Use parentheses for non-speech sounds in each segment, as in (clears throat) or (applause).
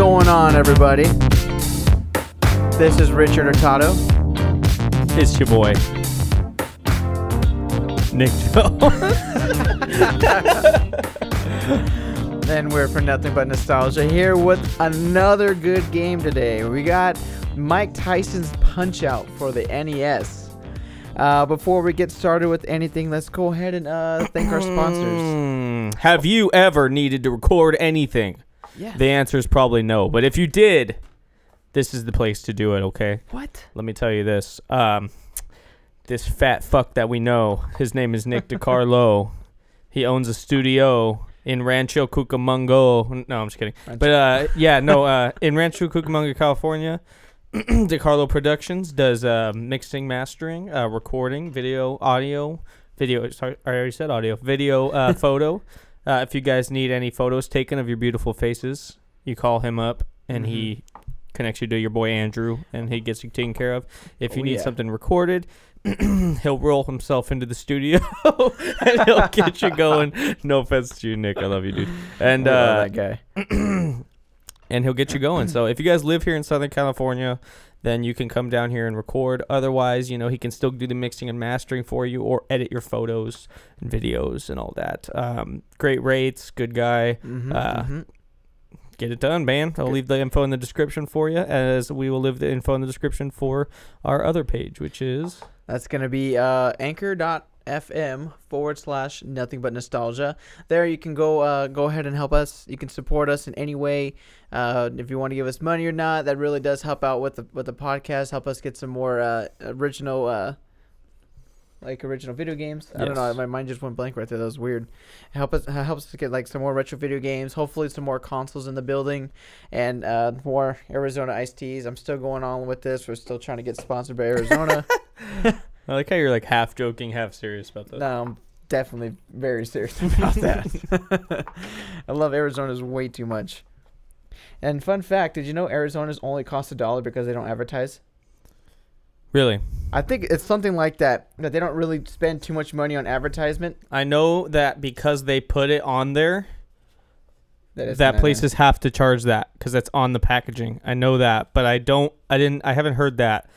on, everybody? This is Richard Hurtado. It's your boy. Nick Jones. And we're for nothing but nostalgia here with another good game today. We got Mike Tyson's Punch Out for the NES. Uh, before we get started with anything, let's go ahead and uh, thank our (clears throat) sponsors. Hmm, Have you ever needed to record anything? Yeah. The answer is probably no. But if you did, this is the place to do it, okay? what? Let me tell you this. Um, this fat fuck that we know, his name is Nick DiCarlo. (laughs) he owns a studio in Rancho Cucamonga. No, I'm just kidding. But uh, yeah, no, uh, in Rancho Cucamonga, California, (clears throat) DiCarlo Productions does uh, mixing, mastering, uh, recording, video, audio, video. Sorry, I already said audio, (laughs) video, uh, photo. Uh, if you guys need any photos taken of your beautiful faces, you call him up and he Mm-hmm. connects you to your boy Andrew and he gets you taken care of. If you Oh, need yeah. something recorded, (clears throat) he'll roll himself into the studio (laughs) and he'll get you going. (laughs) No offense to you, Nick. I love you, dude. And We love uh, that guy. and he'll get you going. So if you guys live here in Southern California, then you can come down here and record. Otherwise, you know, he can still do the mixing and mastering for you or edit your photos and videos and all that. Um, great rates, good guy. Mhm, uh, mhm. Get it done, man. I'll Good. leave the info in the description for you, as we will leave the info in the description for our other page, which is That's going to be uh, anchor.fm forward slash nothing but nostalgia. There you can go uh, go ahead and help us. You can support us in any way. Uh, if you want to give us money or not, that really does help out with the, with the podcast, help us get some more uh, original. Uh, like original video games. I don't know. Yes. My mind just went blank right there. That was weird. Help us uh, helps us get like some more retro video games. Hopefully, some more consoles in the building, and uh, more Arizona iced teas. I'm still going on with this. We're still trying to get sponsored by Arizona. I like how you're like half joking, half serious about that. No, I'm definitely very serious (laughs) about (laughs) that. I love Arizona's way too much. And fun fact, did you know Arizona's only costs a dollar because they don't advertise? Really, I think it's something like that that they don't really spend too much money on advertisement. I know that because they put it on there, it's that not places have to charge that because that's on the packaging. I know that, but I don't. I didn't. I haven't heard that.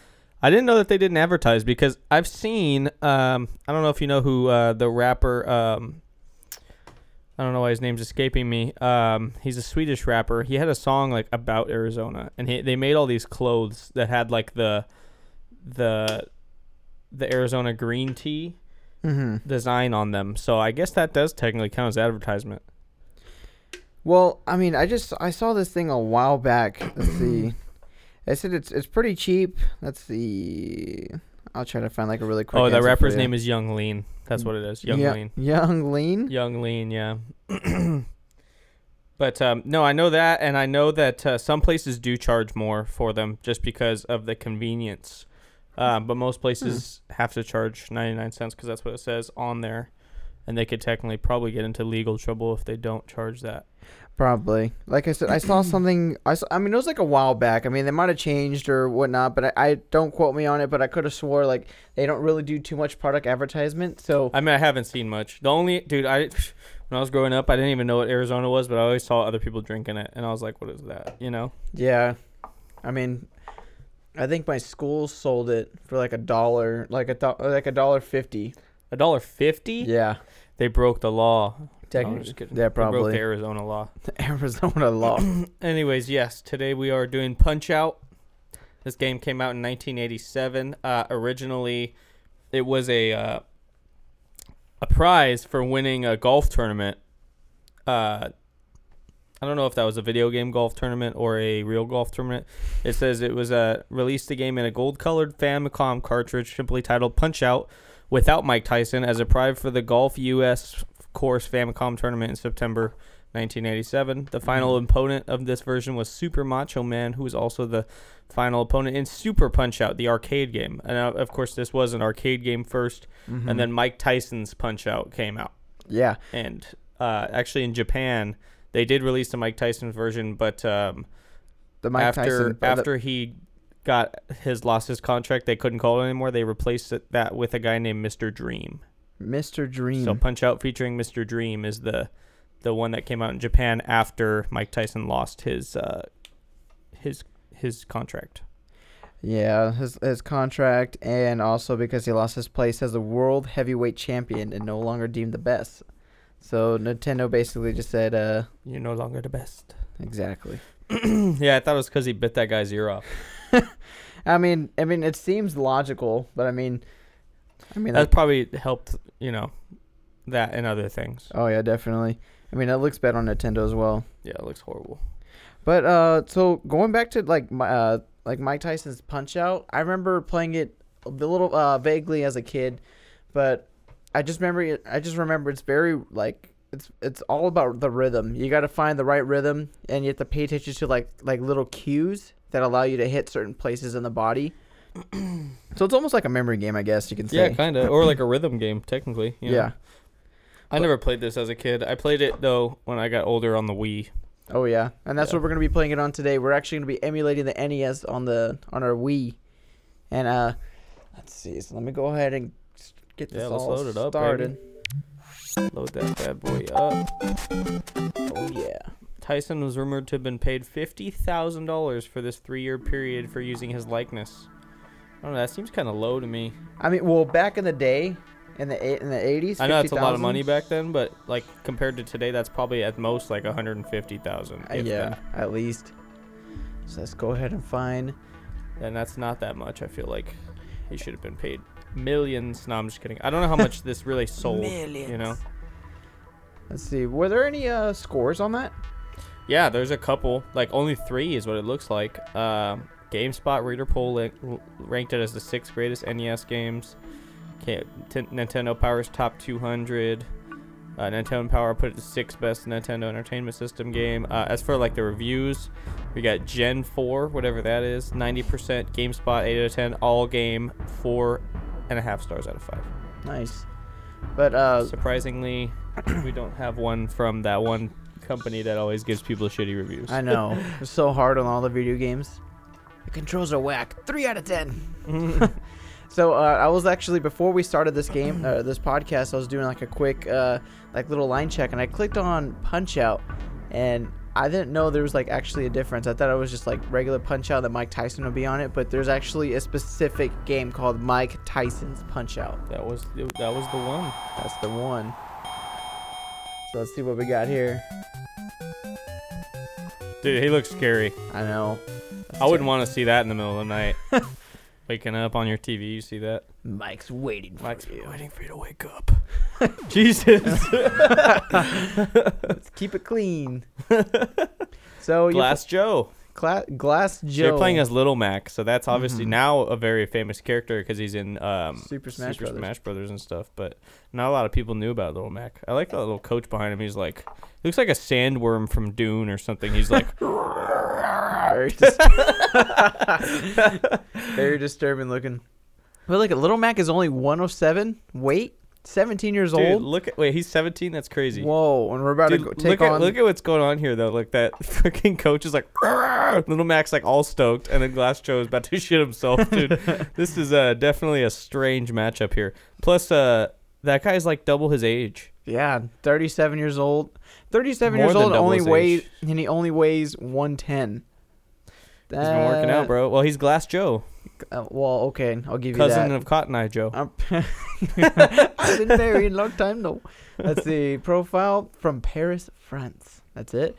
I didn't know that they didn't advertise because I've seen. Um, I don't know if you know who uh, the rapper. Um, I don't know why his name's escaping me. Um, he's a Swedish rapper. He had a song like about Arizona, and he, they made all these clothes that had like the, the, the Arizona green tea in. Mhm. design on them. So I guess that does technically count as advertisement. Well, I mean, I just I saw this thing a while back. Let's see. I said it's it's pretty cheap. Let's see. I'll try to find like a really quick. oh, that answer for rapper's you. name is Young Lean. That's what it is. Young Yeah- Lean. Young Lean. Young Lean, yeah. (clears throat) but um, no, I know that, and I know that uh, some places do charge more for them just because of the convenience. Uh, but most places Hmm. have to charge 99 cents because that's what it says on there. And they could technically probably get into legal trouble if they don't charge that. Probably. Like I said, I (clears throat) saw something. I, saw, I mean, it was like a while back. I mean, they might have changed or whatnot, but I, I don't quote me on it. But I could have swore like they don't really do too much product advertisement. So I mean, I haven't seen much. The only dude I (sighs) when I was growing up, I didn't even know what Arizona was, but I always saw other people drinking it, and I was like, "What is that?" You know? yeah, I mean, I think my school sold it for like a dollar, like a do- like a dollar fifty. A dollar fifty. Yeah, They broke the law. No, I'm technically. just kidding. yeah, They broke the probably Arizona law. (laughs) Arizona (clears throat) law. Anyways, yes, today we are doing Punch Out. This game came out in 1987. Uh, originally, it was a uh, a prize for winning a golf tournament. Uh, I don't know if that was a video game golf tournament or a real golf tournament. It says it was uh, released the game in a gold colored Famicom cartridge, simply titled Punch Out, without Mike Tyson, as a prize for the Golf U.S. Course Famicom tournament in September 1987. Mm-hmm. The final opponent of this version was Super Macho Man, who was also the final opponent in Super Punch Out, the arcade game. And uh, of course, this was an arcade game 1st Mm-hmm. and then Mike Tyson's Punch Out came out. Yeah, And uh, actually, in Japan, they did release the Mike Tyson version, but um, the Mike after Tyson. but the- after he got his lost his contract, they couldn't call it anymore. They replaced it, that with a guy named Mr. Dream. Mr. Dream. So Punch Out featuring Mr. Dream is the the one that came out in Japan after Mike Tyson lost his uh, his his contract. Yeah, his his contract, and also because he lost his place as a world heavyweight champion and no longer deemed the best. So Nintendo basically just said, uh, You're no longer the best. exactly. (clears throat) yeah, I thought it was because he bit that guy's ear off. I mean, I mean, it seems logical, but I mean, I mean, That that- probably helped, you know, that and other things. oh yeah, definitely. I mean, that looks bad on Nintendo as well. Yeah, it looks horrible. But uh, so going back to like my uh, like Mike Tyson's Punch Out, I remember playing it a little uh, vaguely as a kid, but I just remember it, I just remember it's very like it's it's all about the rhythm. You got to find the right rhythm, and you have to pay attention to like like little cues that allow you to hit certain places in the body. (clears throat) so it's almost like a memory game, I guess you can say. Yeah, kind of, or like a rhythm game, technically. you know. Yeah. I never played this as a kid. I played it though when I got older on the Wii. Oh yeah, and that's Yeah. what we're gonna be playing it on today. We're actually gonna be emulating the NES on the on our Wii, and uh, let's see. So let me go ahead and s- get this Yeah, let's all load it up, started. Load that bad boy up. Oh yeah. Tyson was rumored to have been paid fifty thousand dollars for this three-year period for using his likeness. I don't know. That seems kind of low to me. I mean, well, back in the day, in the eight in the eighties, I know that's a lot of money back then, but like compared to today, that's probably at most like one hundred and fifty thousand. Uh, yeah, at least. So let's go ahead and find. and that's not that much. I feel like he should have been paid millions. No, I'm just kidding. I don't know how much this really sold. You know? Let's see. Were there any uh scores on that? Yeah, there's a couple. Like only three is what it looks like. Um, GameSpot reader poll li- l- ranked it as the sixth greatest NES games. Okay, t- Nintendo Power's top 200. Uh, Nintendo Power put it the sixth best Nintendo Entertainment System game. Uh, as for like the reviews, we got Gen 4, whatever that is, 90%. GameSpot 8 out of 10. All game four and a half stars out of five. Nice. But uh, Surprisingly, we don't have one from that one company that always gives people shitty reviews. I know it's so hard on all the video games. The controls are whack. Three out of ten. (laughs) So uh, I was actually before we started this game, uh, this podcast, I was doing like a quick, uh, like little line check, and I clicked on Punch Out, and I didn't know there was like actually a difference. I thought it was just like regular Punch Out that Mike Tyson would be on it, but there's actually a specific game called Mike Tyson's Punch Out. That was that was the one. That's the one. So let's see what we got here. Dude, he looks scary. I know I wouldn't want to see that in the middle of the (laughs) night. Waking up on your TV, you see that? Mike's waiting for Mike's you. waiting for you to wake up. (laughs) Jesus. Let's keep it (laughs) clean. so you (laughs) Glass Joe. Mm-hmm. Cla- Glass Joe. So You're playing (laughs) as Little Mac, so that's obviously now a very famous character because he's in um, Super Smash Brothers. Smash Brothers and stuff. But not a lot of people knew about Little Mac. I like that little coach behind him. He's like, he looks like a sandworm from Dune or something. He's like, (laughs) Very, (laughs) dis- very disturbing looking. But look, Little Mac is only 107 weight, 17 years dude, old. look at wait, he's 17. That's crazy. Whoa, and we're about Dude, to go, take look on. at look at what's going on here though. Like that (laughs) freaking coach is like "Argh!" little Max like all stoked, and then Glass Joe is about to (laughs) shit (laughs) himself, dude. this is uh, definitely a strange matchup here. Plus, uh, that guy's like double his age. yeah, 37 years old. 37 More years than old, double only his weighs age. and he only weighs 110. He's been working out, That- bro. Well, he's Glass Joe, uh, well, okay, I'll give you cousin that. of Cotton Eye Joe. (laughs) I'm- I've been married a long time though. Let's see, profile from Paris, France. That's (laughs) it.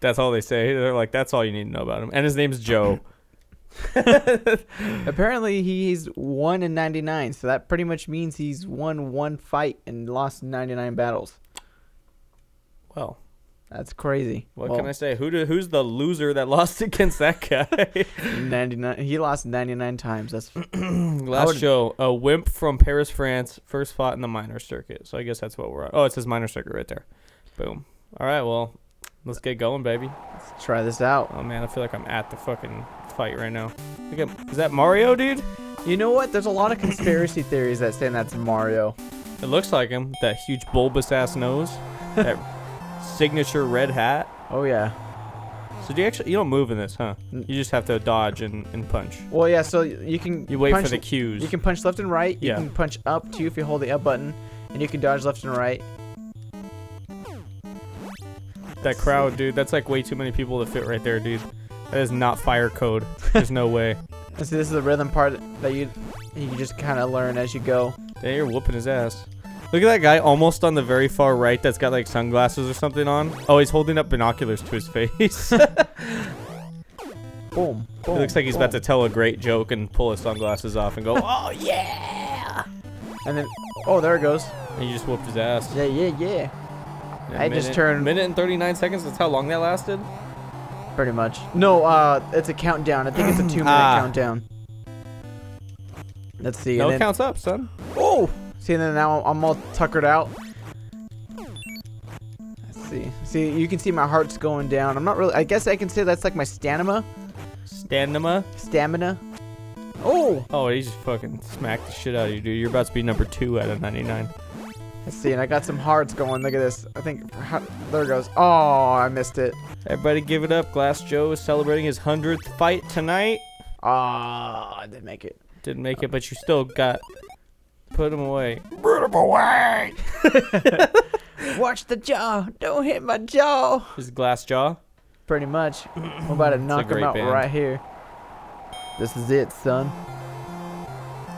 That's all they say. They're like, that's all you need to know about him. And his name's (coughs) Joe. Apparently he's one in ninety nine, so that pretty much means he's won one fight and lost ninety nine battles. Well, That's crazy. what can I say? Who do, who's the loser that (laughs) lost against that guy? I? Ninety nine. He lost ninety nine times. That's I Last would- show, a wimp from Paris, France, first fought in the minor circuit. So I guess that's what we're on. Oh, it says minor circuit right there. Boom. All right, well, let's get going, baby. let's try this out. Oh man, I feel like I'm at the fucking fight right now. Look at, is that Mario, dude? You know what? There's a lot of conspiracy theories that say that's Mario. It looks like him. That huge bulbous ass (laughs) nose, that signature red hat. Oh yeah. So do you actually you don't move in this, huh? You Mm. just have to dodge and, and punch. Well yeah. So y- you can You wait punch- for the cues. You can punch left and right. Yeah. You can punch up too if you hold the up button, and you can dodge left and right. that crowd, dude. That's like way too many people to fit right there, dude. That is not fire code. (laughs) There's no way. And See, this is the rhythm part that you you just kind of learn as you go. Dang, you're whooping his ass. Look at that guy almost on the very far right that's got like sunglasses or something on. Oh, he's holding up binoculars to his (laughs) (laughs) face. he Boom. boom looks like he's about to tell a great joke and pull his sunglasses off and go, oh, And then, oh, there it goes. and you just whooped his ass. Yeah, yeah, yeah. Yeah, I just minute- turned- Minute and 39 seconds? That's how long that lasted? Pretty much. No, uh, it's a countdown. I think it's a two-minute Ah. countdown. Let's see. no, and it then, counts up, son. Oh, see, and then now I'm all tuckered out. Let's see. See, you can see my heart's going down. I'm not really. I guess I can say that's like my stamina. Stamina. Stamina. Oh. Oh, he just fucking smacked the shit out of you, dude. You're about to be number two out of 99. Let's see, and I got some hearts going. Look at this. I think how, there it goes. Oh, I missed it. Everybody give it up. Glass Joe is celebrating his 100th fight tonight. Ah, I didn't make it. Didn't make it, but you still got. Put him away. (laughs) Watch the jaw. Don't hit my jaw. His glass jaw. Pretty much. I'm about to knock him great out band. right here. This is it, son.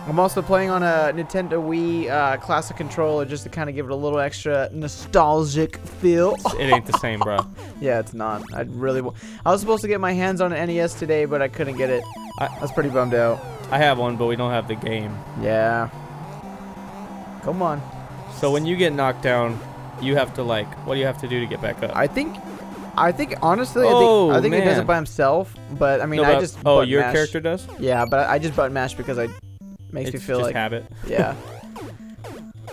I'm also playing on a Nintendo Wii uh, classic controller just to kind of give it a little extra nostalgic feel. It ain't the same, bro. yeah, it's not. I really. W- I was supposed to get my hands on an NES today, but I couldn't get it. I, I- I was pretty bummed out. I have one, but we don't have the game. Yeah. Come on. So when you get knocked down, you have to like. What do you have to do to get back up? I think, I think honestly, Oh, I think, I think he does man. it by himself. But I mean, No, I but- just Oh, button your mash. character does. Yeah, but I just button mash because I makes it's me feel just like habit. yeah.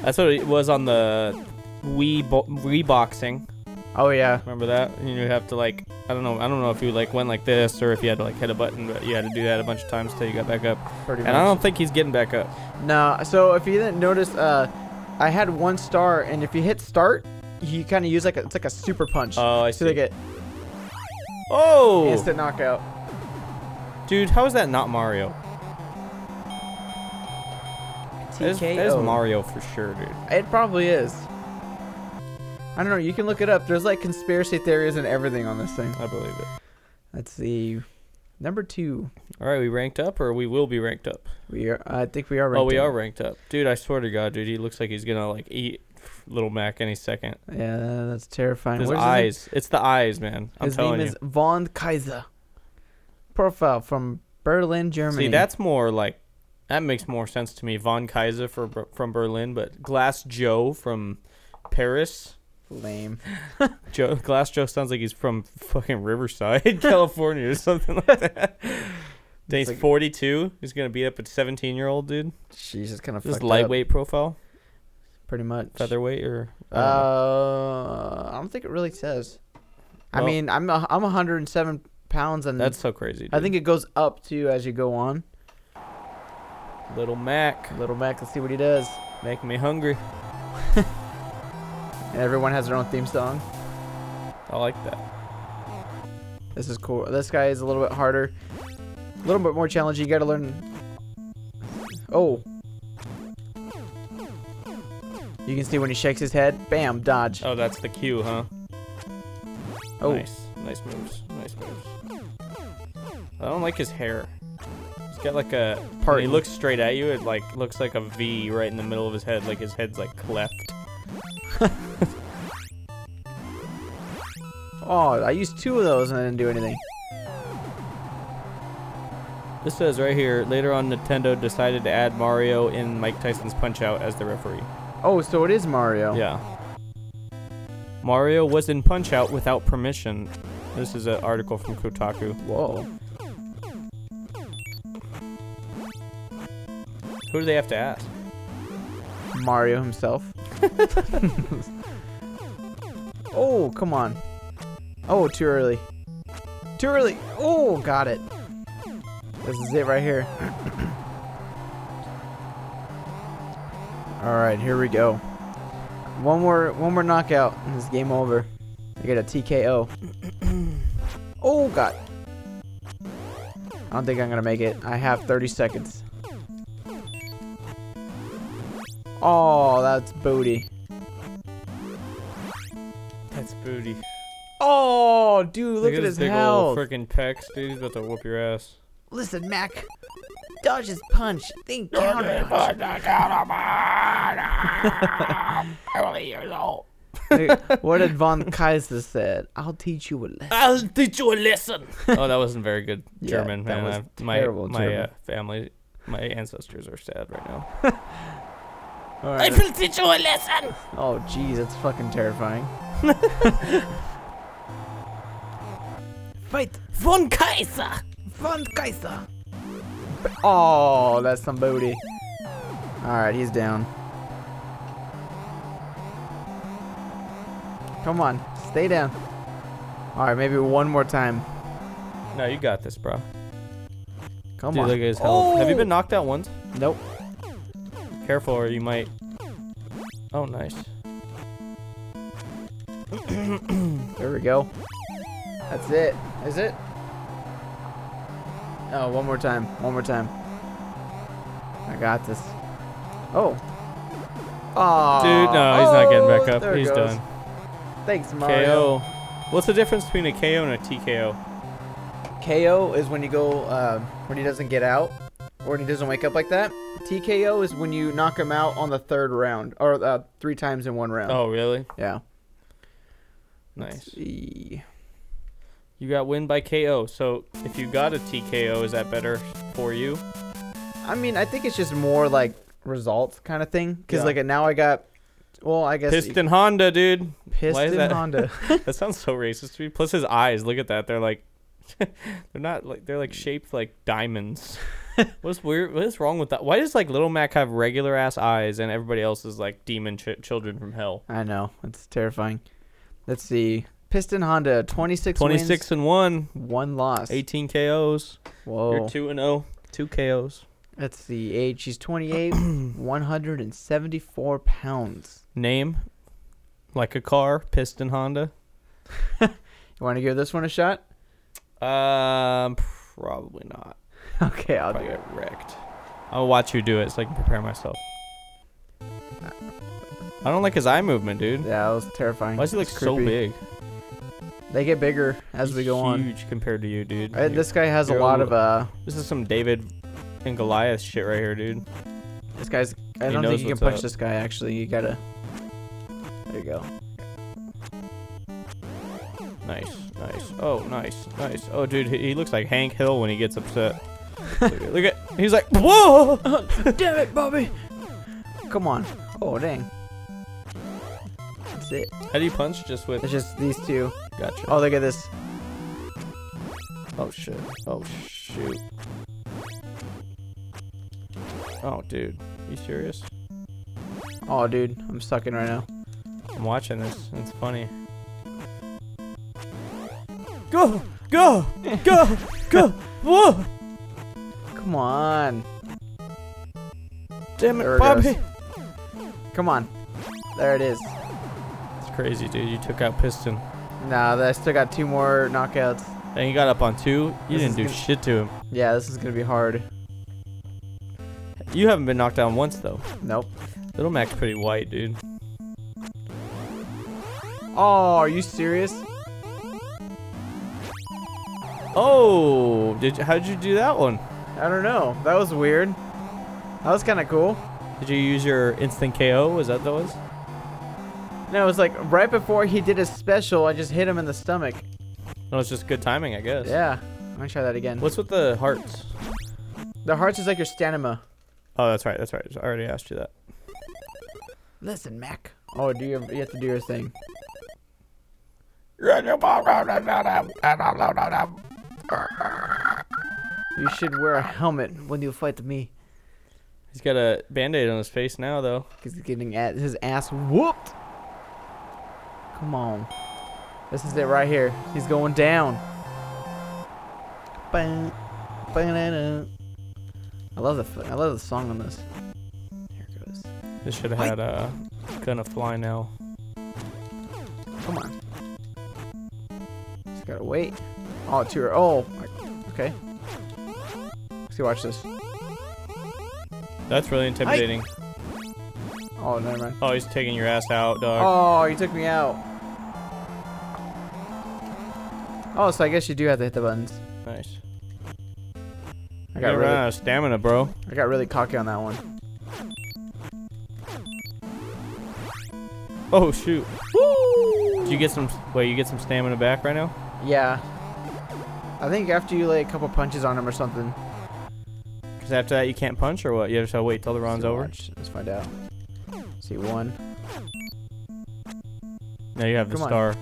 That's what it was on the Wii bo- Wii boxing. Oh yeah, Remember that? And you have to like. I don't know. I don't know if you like went like this or if you had to like hit a button, but you had to do that a bunch of times till you got back up. pretty And I much. don't think he's getting back up. No, so if you didn't notice, uh, I had one star, and if you hit start, you kind of use like a, it's like a super punch. Oh, I so they see. get Oh, instant knockout. dude, how is that not Mario? That is, that is TKO. Mario for sure, dude. It probably is. I don't know. You can look it up. There's like conspiracy theories and everything on this thing. I believe it. Let's see. Number two. All right, we ranked up, or we will be ranked up. We are. I think we are. oh, ranked we in. are ranked up, dude. I swear to God, dude, he looks like he's gonna like eat Little Mac any second. Yeah, that's terrifying. His What is eyes, it's the eyes, man. I'm His name, his telling name you. is Von Kaiser. Profile from Berlin, Germany. See, that's more like that makes more sense to me. Von Kaiser for, Ber- from Berlin, but Glass Joe from Paris. lame. Joe (laughs) Glass Joe sounds like he's from fucking Riverside, (laughs) California, or something like (laughs) that. Then It's he's like- 42. He's gonna beat up a 17 year old dude. She's just kind of Just lightweight profile, pretty much. featherweight, or I don't know. Um, Uh, I don't think it really says. I Well- mean, I'm a, I'm 107 pounds, and that's so crazy. Dude. I think it goes up too as you go on. Little Mac Little Mac, let's see what he does. making me hungry. And everyone has their own theme song. I like that. This is cool. This guy is a little bit harder, a little bit more challenging. You gotta learn. Oh. You can see when he shakes his head. Bam, dodge. Oh, that's the cue, huh? Oh, Nice, nice moves, nice moves. I don't like his hair. He's got like a part. He Pardon. looks straight at you. It like looks like a V right in the middle of his head. Like his head's like cleft. oh, I used two of those and I didn't do anything. This says right here. Later on, Nintendo decided to add Mario in Mike Tyson's Punch Out as the referee. Oh, so it is Mario. Yeah. Mario was in Punch Out without permission. This is an article from Kotaku. Whoa. Who do they have to ask? Mario himself. oh, come on. Oh, too early. Too early. Oh, got it. This is it right here. (coughs) All right, here we go. One more, one more knockout, and it's game over. I get a TKO. (coughs) oh God. I don't think I'm gonna make it. I have 30 seconds. Oh, that's booty. That's booty. Oh, dude, look, at this his big health. old freaking pecs, dude. He's about to whoop your (laughs) ass. Listen, Mac. Dodge his punch. Think counter punch. Like, what did Von Kaiser said? I'll teach you a lesson. I'll teach you a lesson. oh, that wasn't very good Yeah, German. that was man. I- my terrible my German. Uh, family, my ancestors are sad right now. All I right. will teach you a lesson. Oh, jeez, that's fucking terrifying. (laughs) Fight Von Kaiser. Von Kaiser. Oh, that's some booty. All right, he's down. Come on, stay down. All right, maybe one more time. No, you got this, bro. Come Dude, on. look at his health. Have you Oh! been knocked out once? Nope. Careful, or you might. Oh, nice. There we go. That's it. Is it? Oh, one more time. One more time. I got this. Oh. Oh. Dude, no, he's not getting back up. He's done. Thanks, Mario. KO. What's the difference between a KO and a TKO? KO. KO is when you go uh, when he doesn't get out or when he doesn't wake up like that. TKO is when you knock him out on the third round or uh, three times in one round. Oh, really? Yeah. Nice. See. You got win by KO. So if you got a TKO, is that better for you? I mean, I think it's just more like results kind of thing. Because Yeah. like now I got, well, I guess Piston Honda, dude. (laughs) Piston Why is that- (laughs) Honda. That sounds so racist to me. Plus his eyes. Look at that. They're like, (laughs) they're not like they're like shaped like (laughs) diamonds. What's weird? What is wrong with that? Why does like Little Mac have regular ass eyes and everybody else is like demon ch- children from hell? I know it's terrifying. Let's see, Piston Honda, twenty six, Twenty six and one. one loss. 18 KOs. Whoa. You're two and oh. Two KOs. Let's see, age. She's twenty (clears throat) eight, one hundred and seventy four pounds. Name, like a car. Piston Honda. You want to give this one a shot? Um, probably not. Okay, I'll probably do it. get wrecked. I'll watch you do it so I can prepare myself. I don't like his eye movement, dude. Yeah, that was terrifying. Why does he look It's so creepy. big? They get bigger as we He's go on. huge compared to you, dude. Alright, this guy has a You're a lot of little- uh. This is some David and Goliath shit right here, dude. This guy's. I He don't think knows you can what's punch up. this guy. Actually, you gotta. There you go. Nice, nice. Oh, nice, nice. Oh, dude, he, he looks like Hank Hill when he gets (laughs) upset. look, at, look at, he's like, whoa! (laughs) Damn it, Bobby! Come on. Oh, dang. That's it. How do you punch just with? It's just these two. Gotcha. Oh, look at this. Oh shit. Oh shoot. Oh dude, you serious? Oh, dude. I'm sucking right now. I'm watching this. It's funny. Go, go, go, go! Whoa! Come on. Damn There it, it Bobby! goes. Come on. There it is. It's crazy, dude. You took out Piston, Nah, I still got two more knockouts. and you got up on two. This You is didn't do gonna- shit to him. Yeah, this is gonna be hard. You haven't been knocked down once though. Nope. Little Mac's pretty white, dude. Oh, are you serious? Oh, did you, how did you do that one? I don't know. That was weird. That was kind of cool. Did you use your instant KO? Was that those? No, it was like right before he did his special, I just hit him in the stomach. No, it's just good timing, I guess. Yeah. I'm gonna try that again. What's with the hearts? The hearts is like your stamina. Oh, that's right. That's right. I already asked you that. Listen, Mac. Oh, do you, you have to do your thing. You should wear a helmet when you fight me. He's got a band-aid on his face now, though. Because he's getting at his ass whooped. Come on. This is it right here. He's going down. Bam, ba-da-da. I love the f- I love the song on this. Here it goes. This should have had a uh, gonna fly now. Come on. Just gotta wait. Oh, two. Oh, okay. See, watch this. That's really intimidating. Oh, never mind. Oh, he's taking your ass out, dog. Oh, you took me out. Oh, so I guess you do have to hit the buttons. Nice. Oh. I Gotta got run really, out of stamina, bro. I got really cocky on that one. Oh shoot. Woo! Do you get some? Wait, you get some stamina back right now? Yeah. I think after you lay a couple punches on him or something. Because after that, you can't punch or what? You have to wait till the round's Let's over. watch. Let's find out. See one. Now you have the Come on. star.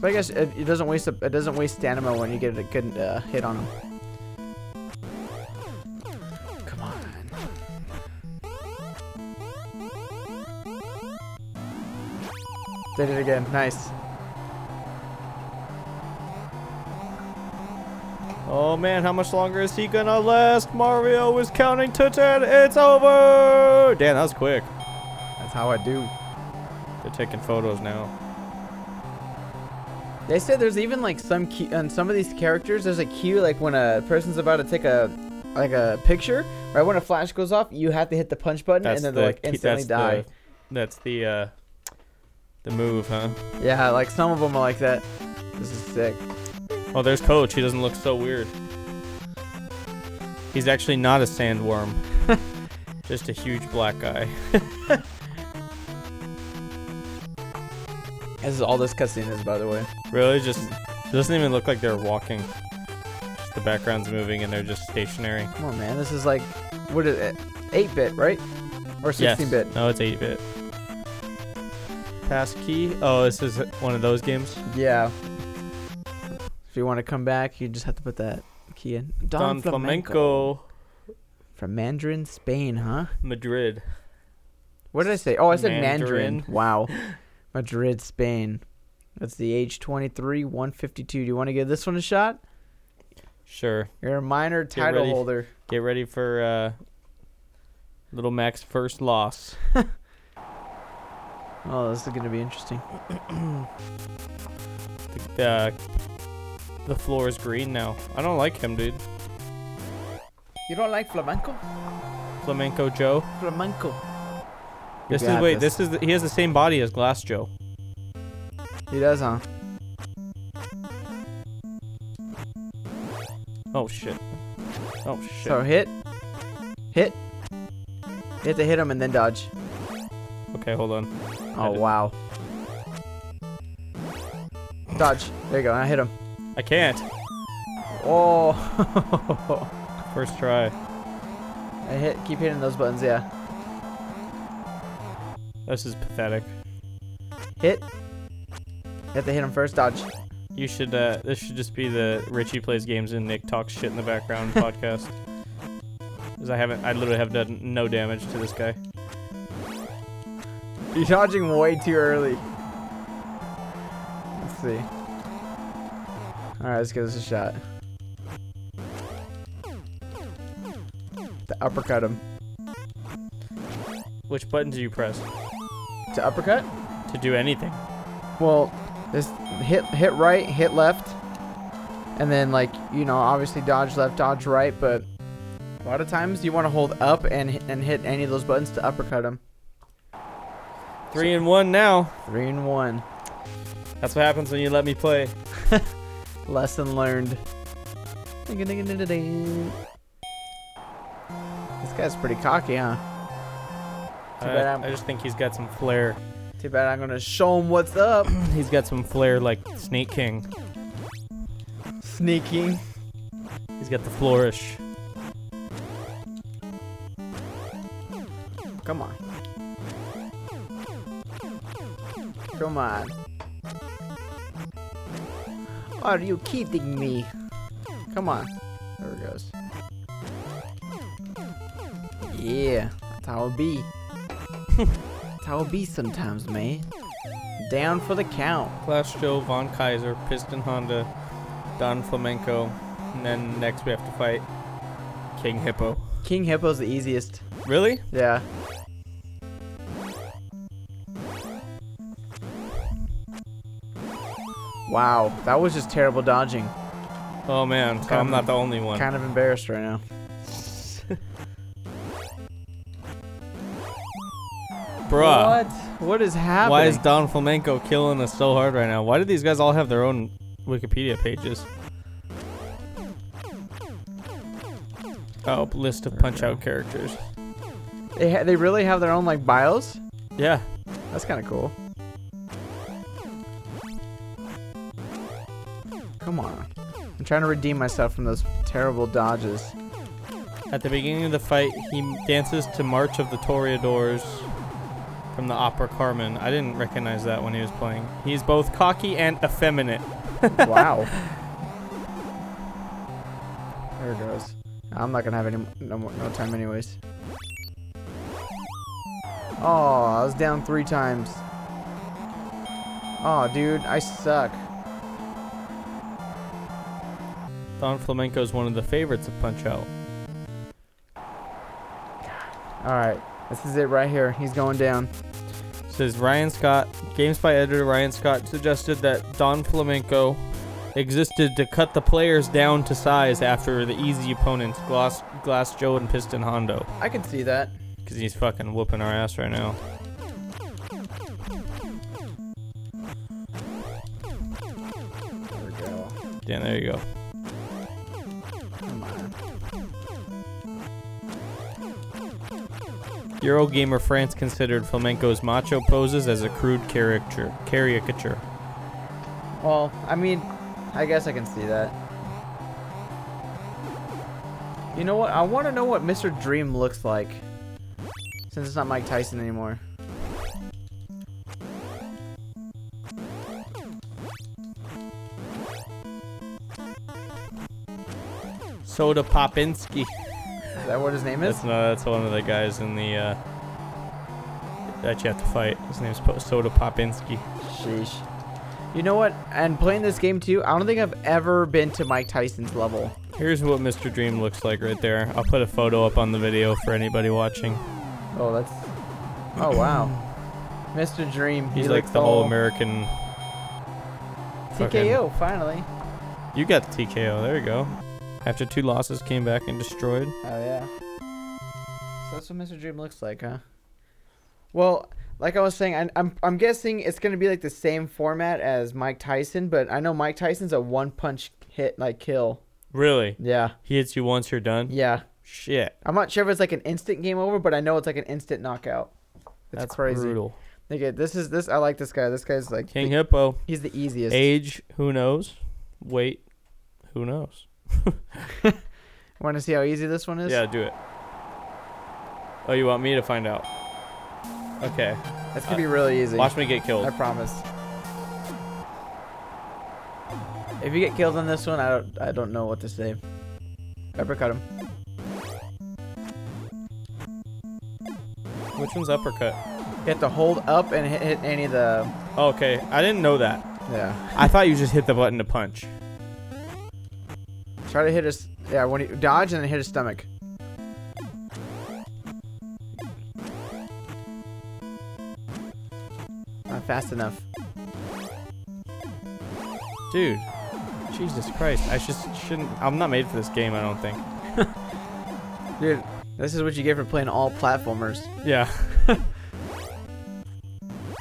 But I guess it, it doesn't waste a, it doesn't waste stamina when you get a good uh, hit on him. Come on. Did it again. Nice. Oh man, how much longer is he gonna last? Mario is counting to ten. It's over. Damn, that was quick. That's how I do. They're taking photos now. They said there's even like some key on some of these characters. There's a cue like when a person's about to take a like a picture. Right when a flash goes off, you have to hit the punch button That's and then the they like key- instantly that's die. The, that's the uh, the move, huh? Yeah, like some of them are like that. This is sick. Oh, there's Coach. He doesn't look so weird. He's actually not a sandworm. (laughs) Just a huge black guy. This is all this cutscene is, by the way. Really, just doesn't even look like they're walking. Just the background's moving and they're just stationary. Come on, man. This is like, what is it? 8 bit, right? Or 16 bit? Yes. No, it's 8 bit. Pass key. Oh, this is one of those games. Yeah. If you want to come back, you just have to put that key in. Don, Flamenco. From Mandarin, Spain, huh? Madrid. What did I say? Oh, I said Mandarin. Mandarin. Wow. (laughs) Madrid, Spain. That's the age 23, 152. Do you want to give this one a shot? Sure. You're a minor title ready. holder. Get ready for uh, Little Mac's first loss. Oh, this is going to be interesting. The, uh, the floor is green now. I don't like him, dude. You don't like flamenco? Flamenco Joe. Flamenco. This is got wait. this. This is the, he has the same body as Glass Joe. He does, huh? Oh shit. Oh shit. So hit, hit. You have to hit him and then dodge. Okay, hold on. Oh did- wow. Dodge. There you go. I hit him. (laughs) I can't. Oh. First try. I hit. Keep hitting those buttons. Yeah. This is pathetic. Hit. You have to hit him first. Dodge. You should. Uh, this should just be the Richie plays games and Nick talks shit in (laughs) the background podcast. Cause I haven't. I literally have done no damage to this guy. You're dodging way too early. Let's see. All right, let's give this a shot. To uppercut him. Which button do you press To uppercut. to do anything? Well, this hit hit right, hit left, and then like you know obviously dodge left, dodge right. But a lot of times you want to hold up and hit- and hit any of those buttons to uppercut them. Three and one now. Three and one. That's what happens when you let me play. Lesson learned. This guy's pretty cocky, huh? Too bad I, I'm- I just think he's got some flair. Too bad I'm gonna show him what's (coughs) up. He's got some flair like Snake King. Sneaking. He's got the flourish. Come on. Come on. Are you kidding me? Come on. There it goes. Yeah, that's how it be. (laughs) that's how it be sometimes, man. Down for the count. Clash Joe, Von Kaiser, Piston Honda, Don Flamenco, and then next we have to fight King Hippo. King Hippo's the easiest. Really? Yeah. Wow, that was just terrible dodging. Oh man, so I'm not the only one. Kind of embarrassed right now. Bruh. What? What is happening? Why is Don Flamenco killing us so hard right now? Why do these guys all have their own Wikipedia pages? Oh, list of Punch Out characters. they, ha- they really have their own like bios? Yeah. That's kind of cool. Come on. I'm trying to redeem myself from those terrible dodges. At the beginning of the fight, he dances to March of the Toreadors from the opera Carmen. I didn't recognize that when he was playing. He's both cocky and effeminate. wow. (laughs) There it goes. I'm not gonna have any no more no time anyways. Oh, I was down three times. Oh, dude, I suck. Don Flamenco is one of the favorites of Punch Out. All right, this is it right here. He's going down. Says Ryan Scott, GameSpy editor Ryan Scott suggested that Don Flamenco existed to cut the players down to size after the easy opponents, Glass, Glass Joe and Piston Hondo. I can see that. Because he's fucking whooping our ass right now. There we go. Yeah, there you go. Come on. Eurogamer France considered flamenco's macho poses as a crude caricature. Caricature. Well, I mean, I guess I can see that. You know what? I want to know what Mr. Dream looks like. Since it's not Mike Tyson anymore. Soda Popinski. Is that what his name is? That's not. That's one of the guys in the uh, that you have to fight. His name's Po- Soda Popinski. Sheesh. You know what? And playing this game too, I don't think I've ever been to Mike Tyson's level. Here's what Mr. Dream looks like right there. I'll put a photo up on the video for anybody watching. Oh, that's. Oh, wow. Mr. Dream. oh, He's he like looks the whole all- American. TKO, finally. You got the TKO. There you go. After two losses, came back and destroyed. Oh yeah. So that's what Mr. Dream looks like, huh? Well, like I was saying, I, I'm I'm guessing it's gonna be like the same format as Mike Tyson, but I know Mike Tyson's a one punch hit like kill. Really? Yeah, He hits you once, you're done. yeah. Shit. I'm not sure if it's like an instant game over, but I know it's like an instant knockout. It's that's crazy. brutal. Nigga, this is this. I like this guy. This guy's like King the- Hippo. he's the easiest. Age, who knows? Weight, who knows? Want to see how easy this one is? Yeah, do it. Oh, you want me to find out? Okay. That's gonna be really easy. uh, Watch me get I killed. promise. If you get killed on this one, I don't, I don't know what to say. Uppercut him. Which one's uppercut? Oh, You have to hold up and hit, hit any of the. Okay, I didn't know that. Yeah. I thought you just hit the button to punch. Try to hit his. Yeah, when you dodge and then hit his stomach. Not fast enough. Dude. Jesus Christ. I just shouldn't. I'm not made for this game, I don't think. Dude, this is what you get for playing all platformers. Yeah. (laughs)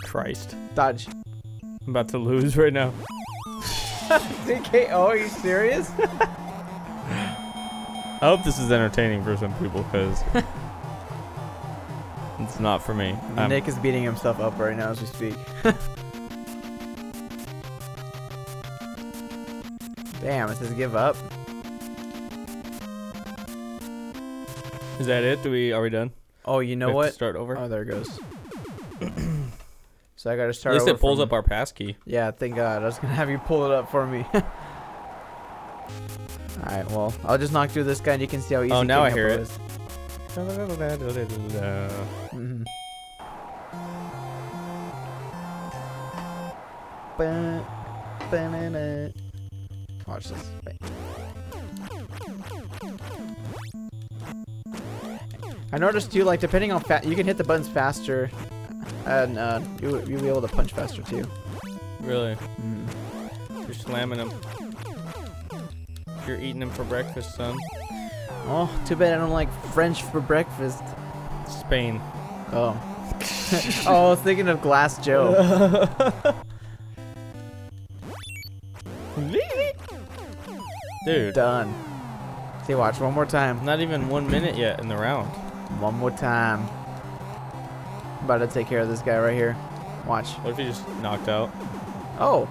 Christ. Dodge. (laughs) I'm about to lose right now. DKO, are you serious? I hope this is entertaining for some people (laughs) because it's not for me. (laughs) I'm- Nick is beating himself up right now as we speak. (laughs) Damn, it says give up. Is that it? Do we? Are we done? Oh, you know We have to what? Start over. Oh, there it (clears throat) goes. so I gotta At start. least it over pulls from- up our passkey. (laughs) Yeah, thank God. I was gonna have you pull it up for me. (laughs) Alright, well, I'll just knock through this guy and you can see how easy Oh, now I King hear Hippo it. is. Mhm. Ba- ba-na-na. Watch this. Wait. I noticed too, like depending on fat, you can hit the buttons faster, and uh, you you'll be able to punch faster too. Mm-hmm. Really? You're slamming them. You're eating them for breakfast, son. Oh, too bad I don't like French for breakfast. (laughs) Spain. Oh, oh, I was thinking of Glass Joe. (laughs) Dude, Done. See, watch one more time. not even one minute yet in the round. One more time. About to take care of this guy right here. Watch. What if he just knocked out? Oh.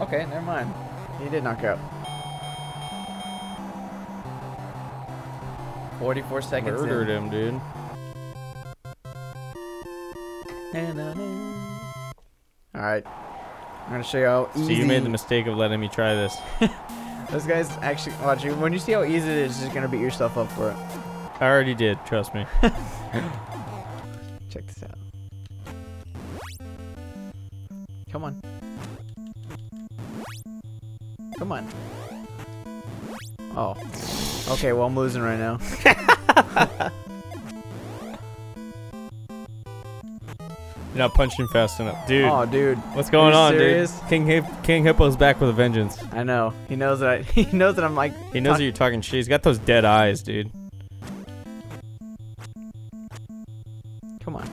Okay, never mind. He did knock out. 44 seconds. in. Murdered him, dude. All right. I'm gonna show you how easy. So you made the mistake of letting me try this. This guy's actually watching. When you see how easy it is, you're just gonna beat yourself up for it. I already did, trust me. Check this out. Come on. Come on. Oh. Okay, well, I'm losing right now. You're not punching fast enough. Dude, Oh, dude. what's going you on, serious? dude? King, Hip- King Hippo's back with a vengeance. I know. He knows that I, (laughs) he knows that I'm like He knows Fuck. that you're talking shit. He's got those dead eyes, dude. Come on.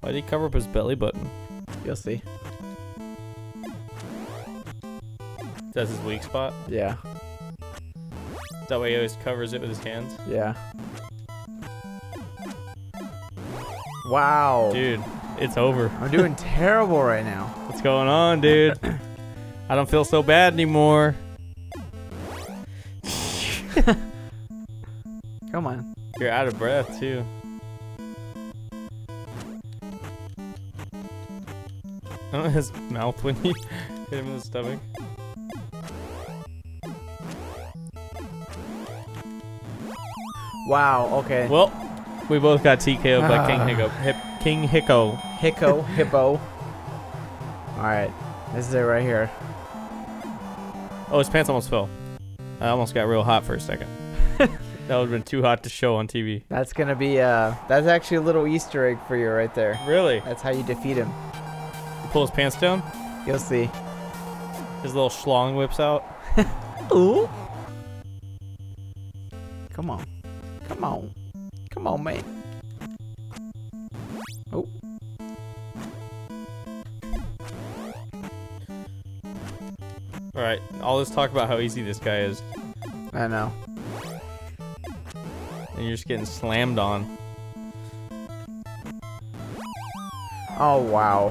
Why did he cover up his belly button? You'll see. That's his weak spot. Yeah. That way he always covers it with his hands. Yeah. Wow. Dude, it's over. I'm doing terrible right now. What's going on, dude? (clears throat) I don't feel so bad anymore. Come on. You're out of breath, too. I don't know (laughs) his mouth when he (laughs) hit him in the (laughs) stomach. Wow. Okay. Well, we both got TKO'd by King Ah. Hicko. Hip, King Hicko. Hicko, hippo. All right. This is it right here. Oh, his pants almost fell. I almost got real hot for a (laughs) second. that would have been too hot to show on TV. That's gonna be uh. That's actually a little Easter egg for you right there. Really? That's how you defeat him. Pull his pants down. You'll see. His little schlong whips out. Ooh. Come on. Come on. Come on, man. Oh. All right. All this talk about how easy this guy is, I know. and you're just getting slammed on. Oh wow,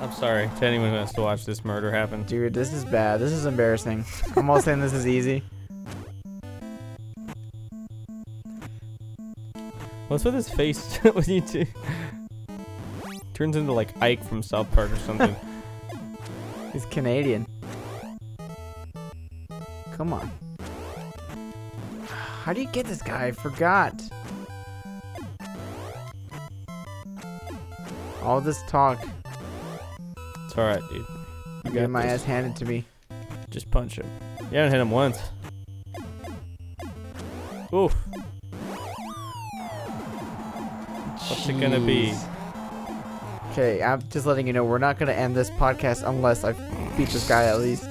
I'm sorry to anyone who has to watch this murder happen. dude, this is bad. This is embarrassing. I'm all saying this is easy. What's with his face (laughs) when you do? Turns into like Ike from South Park or something. He's Canadian. Come on. How do you get this guy? I forgot. All this talk, it's all right, dude. You getting got my this. ass handed to me. Just punch him. You haven't hit him once. Oof. What's it gonna be? Okay, I'm just letting you know we're not gonna end this podcast unless I beat this guy at least.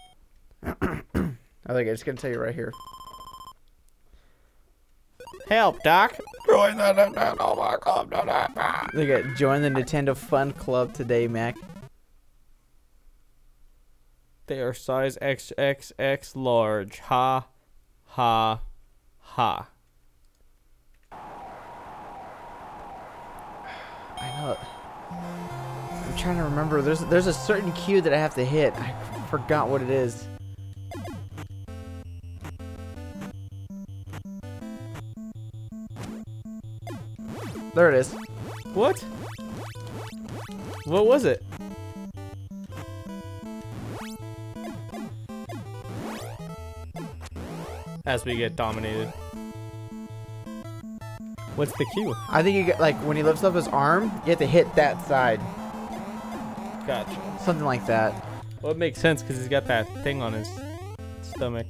(clears throat) I think I'm just gonna tell you right here. Help, Doc. Look at join the Nintendo Fun Club today, Mac. They are size XXX large. Ha, ha, ha. I know. I'm trying to remember. There's there's a certain cue that I have to hit. I forgot what it is. There it is. What? What was it? As we get dominated. What's the cue? I think you get like when he lifts up his arm, you have to hit that side, Gotcha. something like that. Well, it makes sense because he's got that thing on his stomach,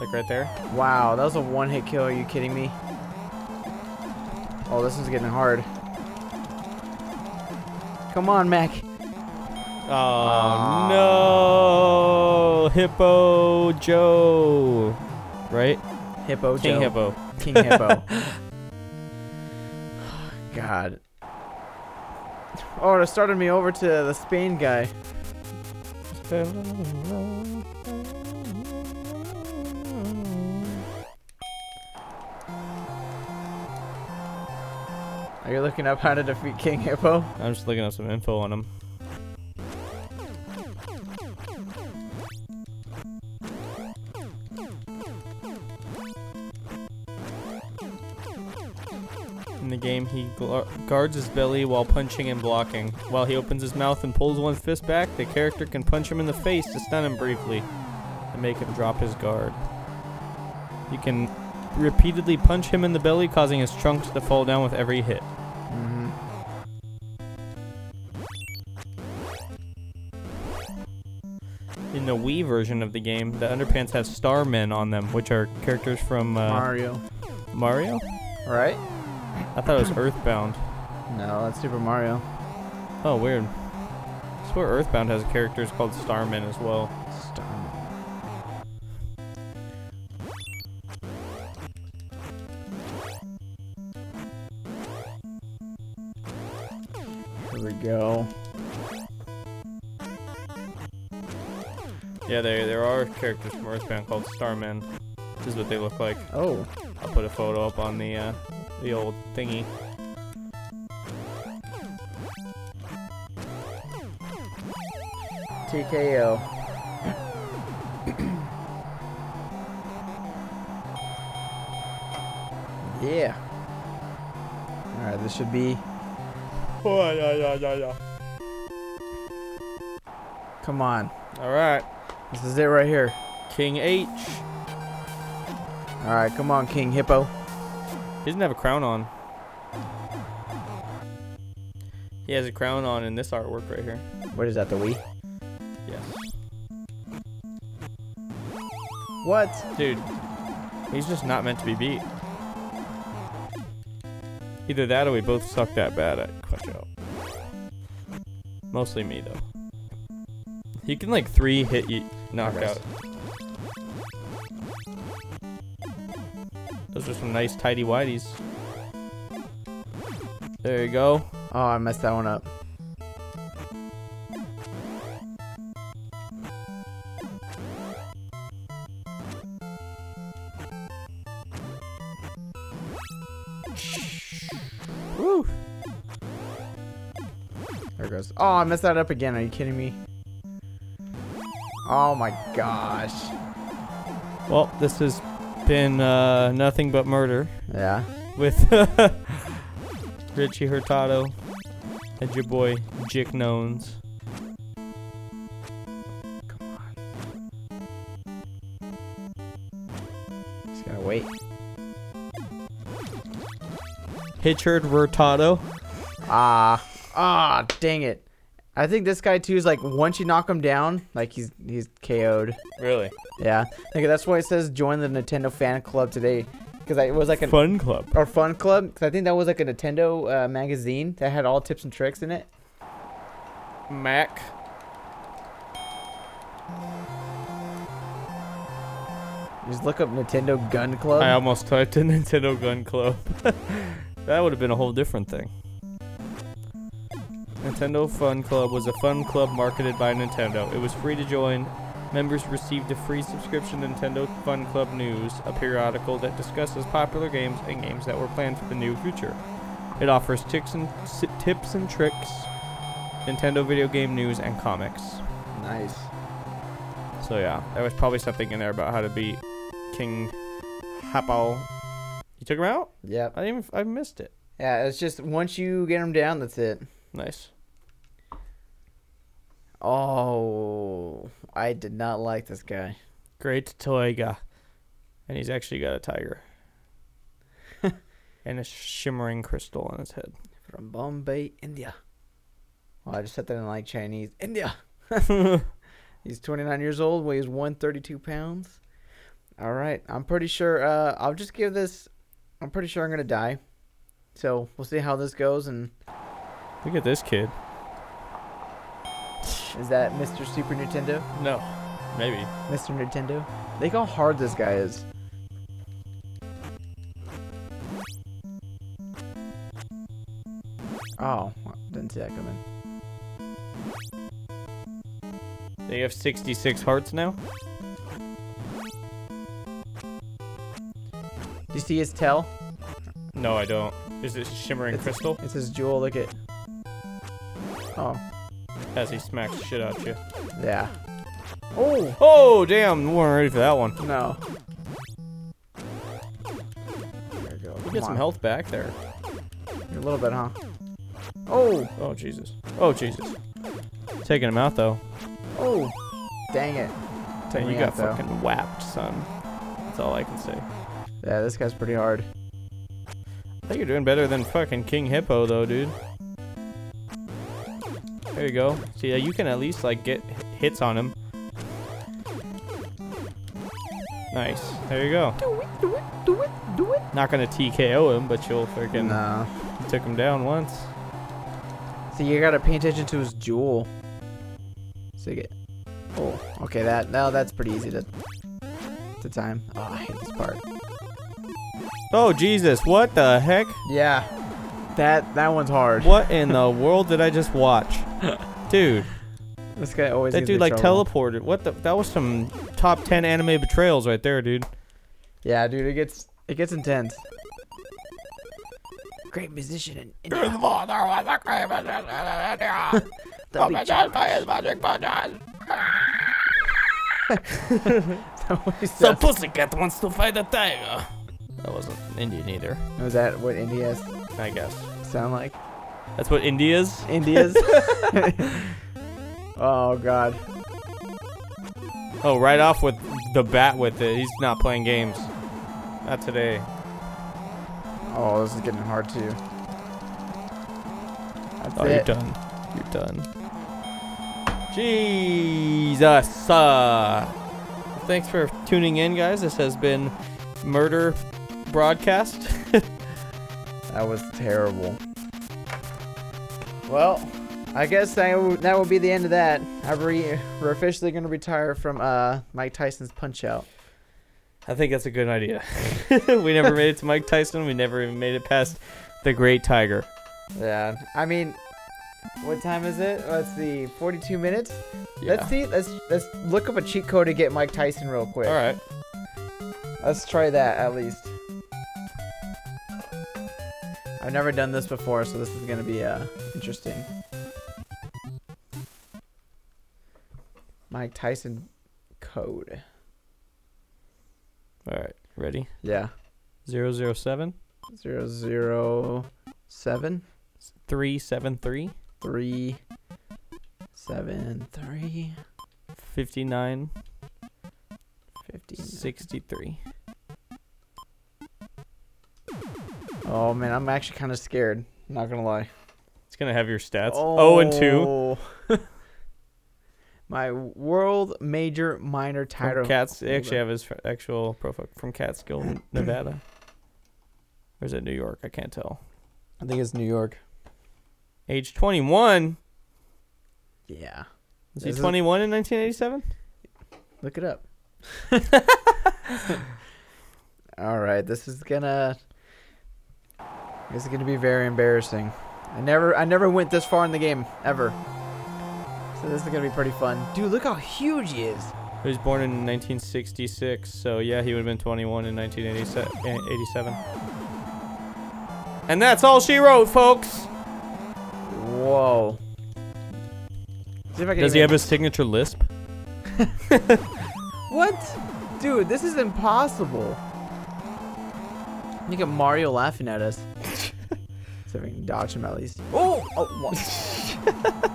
like right there. Wow, that was a one-hit kill. Are you kidding me? Oh, this one's getting hard. Come on, Mac. Oh no, Hippo Joe, right? Hippo King Joe. Hippo. King (laughs) Hippo. God. Oh, it started me over to the Spain guy. Are you looking up how to defeat King Hippo? I'm just looking up some info on him. In the game, he glar- guards his belly while punching and blocking. While he opens his mouth and pulls one fist back, the character can punch him in the face to stun him briefly and make him drop his guard. You can repeatedly punch him in the belly, causing his trunks to fall down with every hit. Mm-hmm. In the Wii version of the game, the underpants have Starmen on them, which are characters from uh, Mario. Mario. Right? I thought it was Earthbound. No, that's Super Mario. Oh, weird. I swear Earthbound has characters called Starmen as well. Starman. Here we go. Yeah, there there are characters from Earthbound called Starmen. This is what they look like. Oh, I'll put a photo up on the uh, the old thingy. TKO. (clears throat) yeah. Alright, this should be. Oh yeah yeah yeah yeah. Come on. All right, This is it right here. King H. Alright, come on, King Hippo. He doesn't have a crown on. He has a crown on in this artwork right here. What is that, the Wii? Yes. What? Dude, he's just not meant to be beat. Either that or we both suck that bad at Clutch Out. Mostly me, though. He can, like, three hit you knockout. Those are some nice tidy whities. There you go. Oh, I messed that one up. Woo! There it goes. Oh, I messed that up again. Are you kidding me? Oh my gosh. Well, this has been uh, nothing but murder. Yeah. with (laughs) Richie Hurtado and your boy Jick Nones. Come on. Just gotta wait. Hitchard Hurtado. Ah, ah, dang it! I think this guy too is like once you knock him down, like he's he's KO'd. Really? Yeah, like that's why it says join the Nintendo fan club today, because it was like an Fun Club. or fun club. 'cause I think that was like a Nintendo uh, magazine that had all tips and tricks in it. Mac. Just look up Nintendo Gun Club. I almost typed in (laughs) Nintendo Gun Club. (laughs) that would have been a whole different thing. Nintendo Fun Club was a fun club marketed by Nintendo. It was free to join. Members received a free subscription to Nintendo Fun Club News, a periodical that discusses popular games and games that were planned for the near future. It offers tips and si- tips and tricks, Nintendo video game news and comics. nice. So yeah, there was probably something in there about how to beat King Happo. You took him out? Yep. I didn't. even- I missed it. Yeah, it's just once you get him down, that's it. Nice. Oh, I did not like this guy. Great Toiga. And he's actually got a (laughs) tiger. and a shimmering crystal on his head. From Bombay, India. Well, I just said that in like Chinese. India. He's 29 years old, weighs 132 pounds. All right, I'm pretty sure. Uh, I'll just give this. I'm pretty sure I'm gonna die. So we'll see how this goes. And Look at this kid. is that Mr. Super Nintendo? No. Maybe. Mr. Nintendo? Think how hard this guy is. Oh, didn't see that coming. They have 66 hearts now. Do you see his tail? No, I don't. Is it shimmering It's- crystal It says jewel. Look at. Oh, as he smacks the shit out you? yeah. Oh Oh damn! We weren't ready for that one. no. There you go. We Come get some on. health back there. A little bit, huh? Oh, Oh Jesus. Oh Jesus. Taking him out though. oh. Dang it. Took Dang, me you out, got Oh, though. fucking whapped, son. That's all I can say. Yeah, this guy's pretty hard. I think you're doing better than fucking King Hippo though, dude. There you go. See, uh, you can at least like get h- hits on him. Nice. There you go. Do it, do it, do it, do it. Not gonna TKO him, but you'll freaking No. you took him down once. See, you gotta pay attention to his jewel. So you get. Oh, okay. That now that's pretty easy to to time. Oh, I hate this part. Oh Jesus! What the heck? Yeah. That that one's hard. What in the world did I just watch, (laughs) dude? This guy always. That gets dude me like trouble. teleported. What the? That was some top ten anime betrayals right there, dude. Yeah, dude, it gets it gets intense. Great musician and That'll be John. (laughs) That was- So pussycat wants to fight a tiger. That wasn't Indian either, was that what India's I guess. sound like? That's what India's. India's. (laughs) oh God. Oh, right off with the bat with it. He's not playing games. Not today. Oh, this is getting hard too. That's Oh, you're it. done. You're done. Jesus. Uh, thanks for tuning in, guys. This has been Murder Broadcast. That was terrible. Well, I guess I w- that will be the end of that. I re- we're officially going to retire from uh, Mike Tyson's Punch Out. I think that's a good idea. (laughs) we never made it to Mike Tyson. We never even made it past the Great Tiger. Yeah. I mean, what time is it? Let's see, 42 minutes. Let's see. Let's let's look up a cheat code to get Mike Tyson real quick. All right. Let's try that at least. I've never done this before, so this is gonna be uh interesting. Mike Tyson code. All right. Ready? Yeah. 007 Zero zero seven 373 three seven three 59 fifty. 63. Oh man, I'm actually kinda scared. Not gonna lie. It's going to have your stats. Oh, and 2. Oh. (laughs) My world major minor title. From Cats. They Hold actually on. have his f- actual profile from Catskill, Nevada. Or is it New York? I can't tell. I think it's New York. Age 21. Yeah. Is he This is- 21 in 1987? Look it (laughs) up. All right, this is gonna. This is gonna be very embarrassing. I never, I never went this far in the game ever. So this is gonna be pretty fun, dude. Look how huge he is. He was born in 1966, so yeah, he would have been 21 in 1987. And that's all she wrote, folks. Whoa. See if I can Does he have even- his signature lisp? What? Dude, this is impossible. Look at Mario laughing at (laughs) us. so we can dodge him at least. Oh! oh what?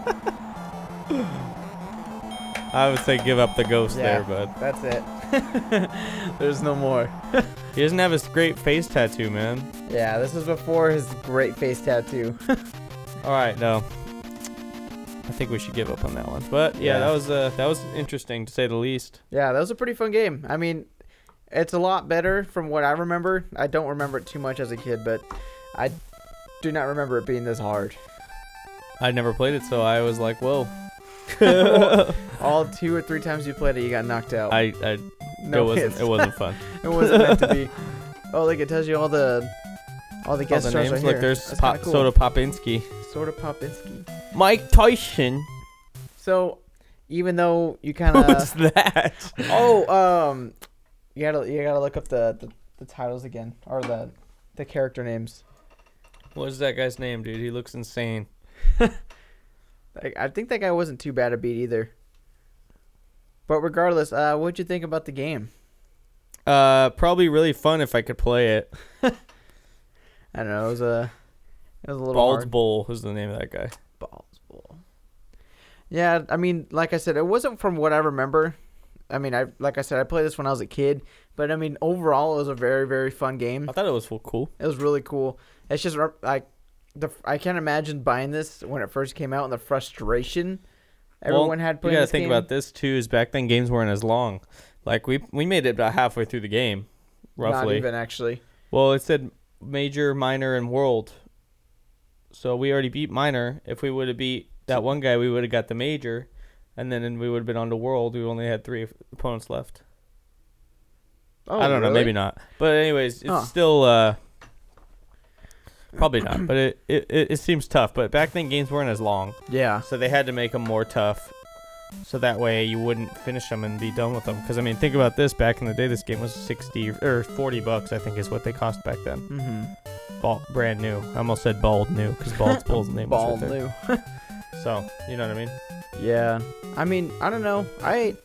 I would say give up the ghost Yeah. there, but That's it. (laughs) There's no more. he doesn't have his great face tattoo, man. Yeah, this was before his great face tattoo. All right, no. I think we should give up on that one. But yeah, Yeah. that was uh, that was interesting to say the least. yeah, that was a pretty fun game. I mean, it's a lot better from what I remember. I don't remember it too much as a kid, but I do not remember it being this (laughs) hard. (laughs) I never played it, so I was like, (laughs) whoa. All two or three times you played it, you got knocked out. I, I it wasn't hits. it wasn't fun. It wasn't meant to be. Oh, look, it tells you all the all the (laughs) all guest the stars names, right look, here. there's That's Pop, kinda cool. Soda Popinski. Sort of Popinski. Mike (laughs) Tyson. So, even though you (laughs) kind Who's of that? oh um, you gotta you gotta look up the, the, the titles again or the the character names. What is that guy's name, dude? He looks insane. Like, I think that guy wasn't too bad a beat either. But regardless, uh, what'd you think about the game? Uh, probably really fun if I could play it. I don't know. It was a it was a little Bald hard. Bull is the name of that guy. balls bowl. Yeah, I mean, like I said, it wasn't from what I remember. I mean, I like I said, I played this when I was a kid, but I mean, overall, it was a very very fun game. I thought it was full cool. It was really cool. It's just re- like the I can't imagine buying this when it first came out and the frustration everyone Well, had You playing. gotta this think game. about this too. Is back then games weren't as long. Like we we made it about halfway through the game, Not roughly. even actually. Well, it said major, minor, and world. So we already beat minor. If we would have beat that one guy, we would have got the major, and then we would have been on to world. We only had three opponents left. Oh, I don't know, maybe not. But anyways, it's Huh. still uh, probably not. But it, it, it, it seems tough. But back then games weren't as long, Yeah, so they had to make them more tough, so that way you wouldn't finish them and be done with them. Because I mean, think about this. Back in the day, this game was sixty or forty bucks. I think is what they cost back then. mm-hmm. Bald, brand new. I almost said bald new (laughs) because bald's bull's name ball was right there. new. So you know what I mean. Yeah, I mean, I don't know. I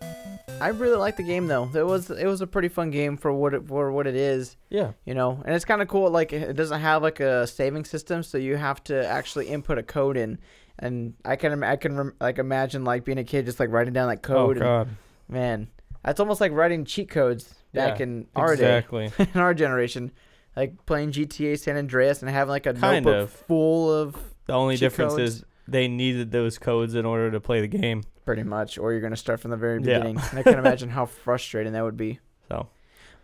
I really like the game though. It was it was a pretty fun game for what it, for what it is. Yeah. you know and it's kind of cool like it doesn't have like a saving system so you have to actually input a code in and i can im- i can rem- like imagine like being a kid just like writing down like Oh code and, God. man that's almost like writing cheat codes back Yeah, in our Exactly. day (laughs) in our generation like playing gta san andreas and having like a Kind notebook of. full of The only Cheat difference codes. is they needed those codes in order to play the game. pretty much or you're going to start from the very Yeah. beginning and i (laughs) can imagine how frustrating that would be So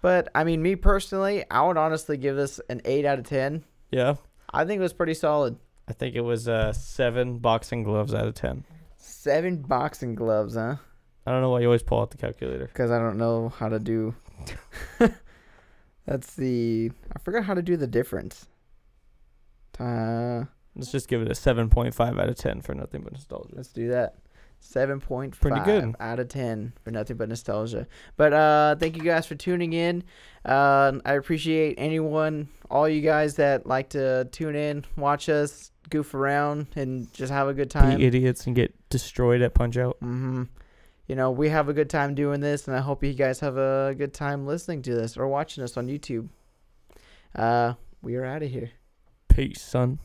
but i mean me personally i would honestly give this an 8 out of 10 yeah. i think it was pretty solid I think it was uh, seven boxing gloves out of ten. Seven boxing gloves, huh? I don't know why you always pull out the calculator. Because I don't know how to do. (laughs) That's the. I forgot how to do the difference. Uh, Let's just give it a seven point five out of ten for nothing but nostalgia. let's do that. 7.5 Pretty good. out of 10 for nothing but nostalgia. But uh, thank you guys for tuning in. Uh, I appreciate anyone, all you guys that like to tune in, watch us, goof around, and just have a good time. Be idiots and get destroyed at Punch Out. hmm You know, we have a good time doing this, and I hope you guys have a good time listening to this or watching us on YouTube. Uh, we are out of here. Peace, son.